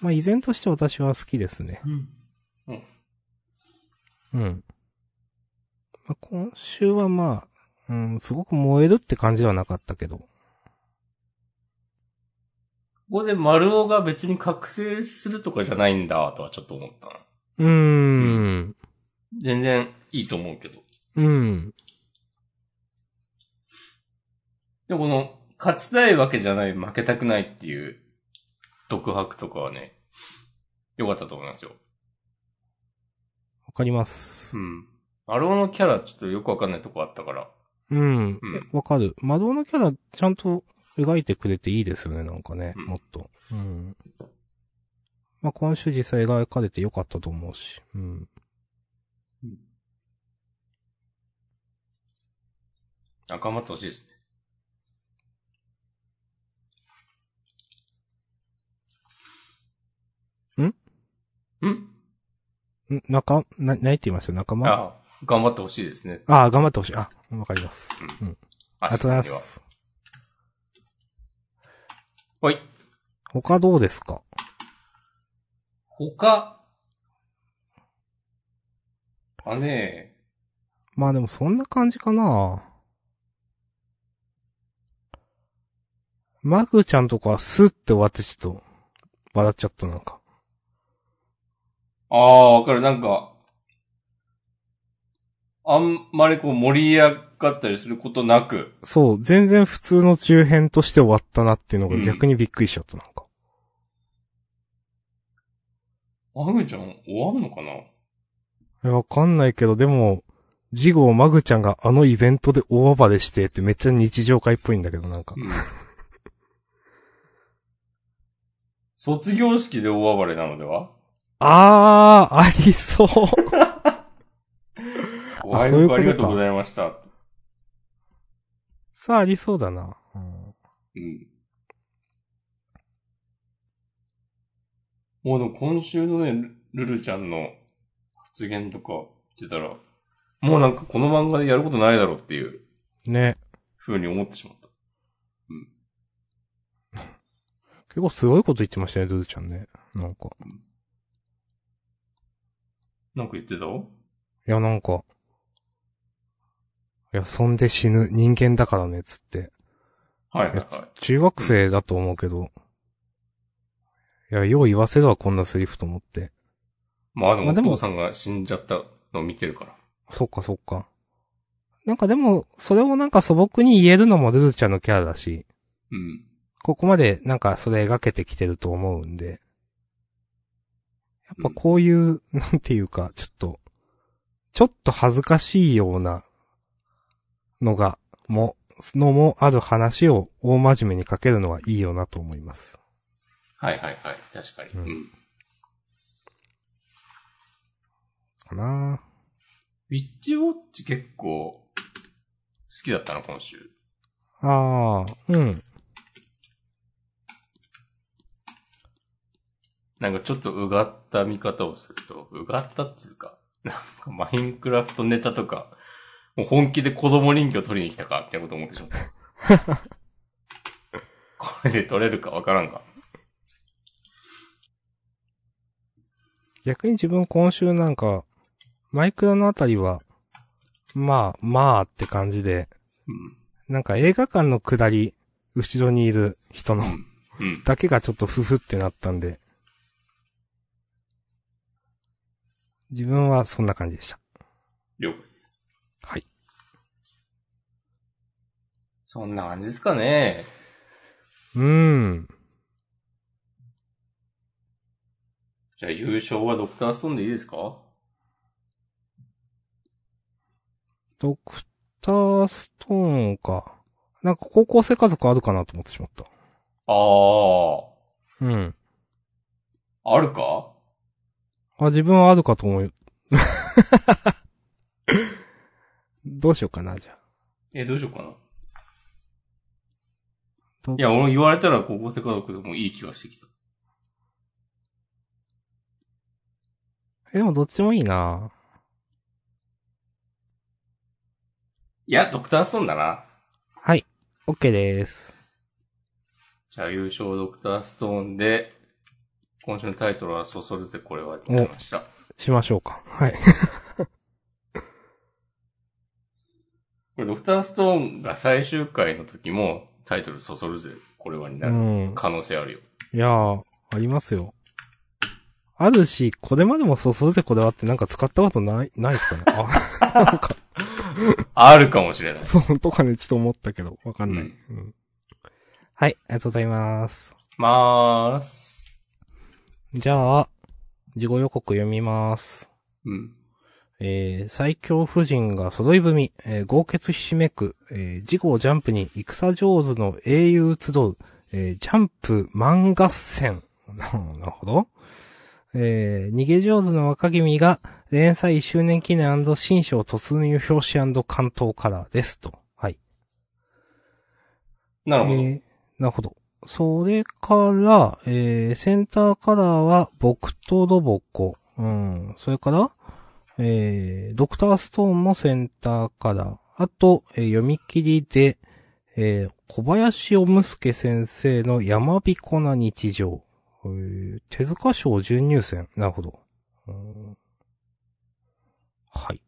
Speaker 2: まあ、依然として私は好きですね。
Speaker 1: うん。
Speaker 2: うん。まあ、今週はまあ、うん、すごく燃えるって感じではなかったけど。
Speaker 1: ここで丸尾が別に覚醒するとかじゃないんだ、とはちょっと思ったな。
Speaker 2: うーん。
Speaker 1: 全然いいと思うけど。
Speaker 2: うん。
Speaker 1: でもこの、勝ちたいわけじゃない、負けたくないっていう、独白とかはね、良かったと思いますよ。
Speaker 2: わかります
Speaker 1: う。ん。アローのキャラ、ちょっとよくわかんないとこあったから。
Speaker 2: うん
Speaker 1: うん。
Speaker 2: わかる。魔導のキャラ、ちゃんと描いてくれていいですよね、なんかね、
Speaker 1: うん
Speaker 2: もっと。うん。まあ、今週実際描かれてよかったと思うし。うん。
Speaker 1: あ、頑張ってほしいですね。んん
Speaker 2: ん、仲、な、何って言いました仲間あ
Speaker 1: あ、頑張ってほしいですね。
Speaker 2: あー、頑張ってほしい。あ、わかります。
Speaker 1: あ
Speaker 2: ありがとうございま。す。
Speaker 1: はい。
Speaker 2: 他どうですか
Speaker 1: 他。あ、ね
Speaker 2: まあでもそんな感じかな。マグちゃんとかはスッて終わってちょっと、笑っちゃったなんか。
Speaker 1: ああ、わかる。なんか、あんまりこう盛り上がったりすることなく、
Speaker 2: そう、全然普通の中編として終わったなっていうの
Speaker 1: う
Speaker 2: が
Speaker 1: ん
Speaker 2: 逆にびっくりしちゃったなんか。
Speaker 1: マグちゃん終わんのかない
Speaker 2: やわかんないけど、でも、ジゴマグちゃんがあのイベントで大暴れしてってめっちゃ日常会っぽいんだけどなん か。
Speaker 1: 卒業式で大暴れなのでは
Speaker 2: あー、ありそう。
Speaker 1: ご愛顧ありがとうございました。
Speaker 2: さあ、ありそうだな。うん
Speaker 1: うん。もうでも今週のね、ルルルちゃんの発言とかしてたら、もうなんかこの漫画でやることないだろうっていう
Speaker 2: ね。
Speaker 1: 風に思ってしまった。
Speaker 2: 結構すごいこと言ってましたね、ドゥちゃんね。なんか。
Speaker 1: なんか言ってた
Speaker 2: いや、なんか、いや、そんで死ぬ人間だからね、つって。
Speaker 1: はいはい
Speaker 2: いや
Speaker 1: はい。
Speaker 2: 中学生だと思うけど、いや、よう言わせるわ、こんなセリフと思って。
Speaker 1: まあで
Speaker 2: ま
Speaker 1: も
Speaker 2: あで
Speaker 1: お
Speaker 2: も
Speaker 1: 父さんが死んじゃったのを見てるから。
Speaker 2: そっか、そっか。なんかでも、それをなんか素朴に言えるのもルズちゃんのキャラだし、
Speaker 1: うん。
Speaker 2: ここまでなんかそれ描けてきてると思うんで、やっぱこういう、なんていうか、ちょっと、ちょっと恥ずかしいようなのが、も、のもある話を大真面目に書けるのはいいよなと思います。
Speaker 1: はいはいはい。確かに。
Speaker 2: うん
Speaker 1: うん。
Speaker 2: かなぁ
Speaker 1: ウィッチウォッチ結構好きだったな、今週。
Speaker 2: ああ、うん。
Speaker 1: なんかちょっとうがった見方をすると、うがったっつうか、なんかマインクラフトネタとか、もう本気で子供人形取りに来たかってこと思ってしまった。 これで取れるかわからんが。
Speaker 2: 逆に自分今週なんか、マイクラのあたりは、まあ、まあって感じで、なんか映画館の下り、後ろにいる人の
Speaker 1: うん。うん。
Speaker 2: だけがちょっとふふってなったんで、自分はそんな感じでした。
Speaker 1: 了解です。
Speaker 2: はい。
Speaker 1: そんな感じですかね。
Speaker 2: うーん。
Speaker 1: じゃあ優勝はドクターストーンでいいですか
Speaker 2: ドクターストーンか。なんか高校生家族あるかなと思ってしまった。
Speaker 1: あー。
Speaker 2: うん。
Speaker 1: あるか
Speaker 2: あ、自分はあるかと思う。 どうしようかな、じゃあ。
Speaker 1: え、どうしようかな。
Speaker 2: ど
Speaker 1: いや、俺言われたら高校生家族でもいい気がしてきた。
Speaker 2: えでもどっちもいいない
Speaker 1: や、ドクターストーンだな。
Speaker 2: はい。OK です。
Speaker 1: じゃあ優勝ドクターストーンで、今週のタイトルはそそるぜこれはになりました。
Speaker 2: しましょうか。はい。
Speaker 1: これドクターストーンが最終回の時もタイトルそそるぜこれはにな
Speaker 2: う
Speaker 1: る
Speaker 2: ん。
Speaker 1: 可能性あるよ。
Speaker 2: いやー、ありますよ。あるし、これまでもそう、それでこれはってなんか使ったことない、ないですかね。あ、なんか、
Speaker 1: あるかもしれない。
Speaker 2: そう、とかね、ちょっと思ったけど、わかんない、
Speaker 1: うん
Speaker 2: うんはい、ありがとうございます。
Speaker 1: まーす。
Speaker 2: じゃあ、事後予告読みます。
Speaker 1: うん。
Speaker 2: えー、最強婦人が揃い踏み、えー、豪傑ひしめく、えー、事故をジャンプに戦上手の英雄集う、えー、ジャンプ漫合戦。 なるほど。えー、逃げ上手の若君が連載1周年記念新章突入表紙関東カラーですと。はい。
Speaker 1: なるほど。
Speaker 2: えーなるほど。それから、えー、センターカラーは、僕とロボコ。うん。それから、えー、ドクターストーンもセンターカラー。あと、えー読み切りで、えー、小林おむすけ先生の山彦な日常。えー、手塚賞準入選。なるほど。うんはい。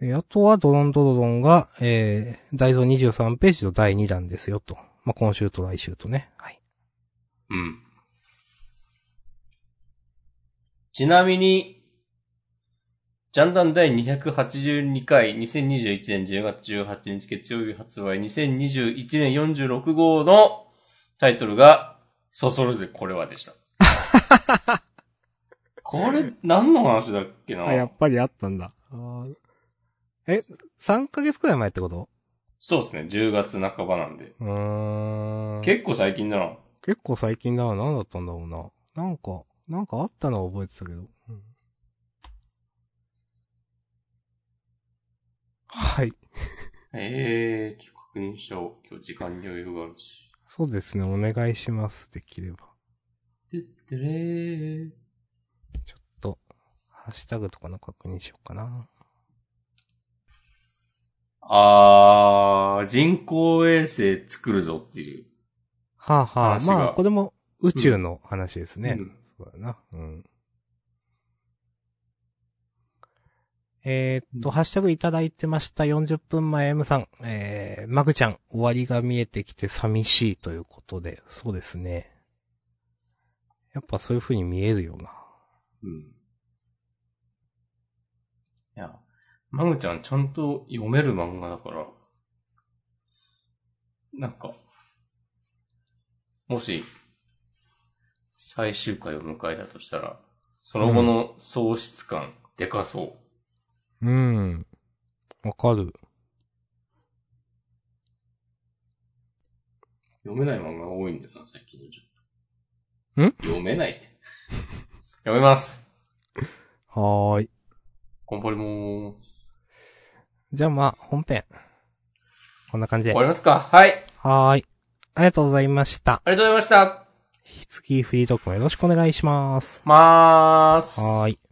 Speaker 2: えーあとはドロンドロロンが、えー、大蔵23ページの第2弾ですよと。まあ、今週と来週とね。はい。
Speaker 1: うん。ちなみに、ジャンダン第282回2021年10月18日月曜日発売2021年46号のタイトルが、そそるぜこれはでした。これ、何の話だっけな
Speaker 2: ぱりあったんだ。え、3ヶ月くらい前ってこと
Speaker 1: そうですね、10月半ばなんで。
Speaker 2: うーん。
Speaker 1: 結構最近だな。
Speaker 2: 結構最近だな。何だったんだろうな。なんか、なんかあったのは覚えてたけど。うんはい。
Speaker 1: ええー、ちょっと確認しちゃおう。今日時間に余裕があるし。
Speaker 2: そうですね。お願いします。できれば。
Speaker 1: てってれー。
Speaker 2: ちょっと、ハッシュタグとかの確認しようかな。
Speaker 1: あー、人工衛星作るぞっていう。
Speaker 2: はあはあ。
Speaker 1: 話が
Speaker 2: まあ、これも宇宙の話ですね。
Speaker 1: うん
Speaker 2: そうだな。うん。えーっと、ハッシュタグいただいてました。40分前 M さん。えー、マグちゃん、終わりが見えてきて寂しいということで、そうですね。やっぱそういう風に見えるよな。
Speaker 1: うん。いや、マグちゃんちゃんと読める漫画だから、なんか、もし、最終回を迎えたとしたら、その後の喪失感、でかそう。
Speaker 2: うん。わかる。
Speaker 1: 読めない漫画が多いんだよな、最近のちょ
Speaker 2: ん
Speaker 1: っと。読めない って。読めます。
Speaker 2: はーい。
Speaker 1: 頑張りまーす。
Speaker 2: じゃあまあ、本編。こんな感じで。
Speaker 1: 終
Speaker 2: は
Speaker 1: わりますかはい。
Speaker 2: ーい。ありがとうございました。
Speaker 1: ありがとうございました。
Speaker 2: 引き続きフリートークもよろしくお願いします。
Speaker 1: まーす。
Speaker 2: はーい。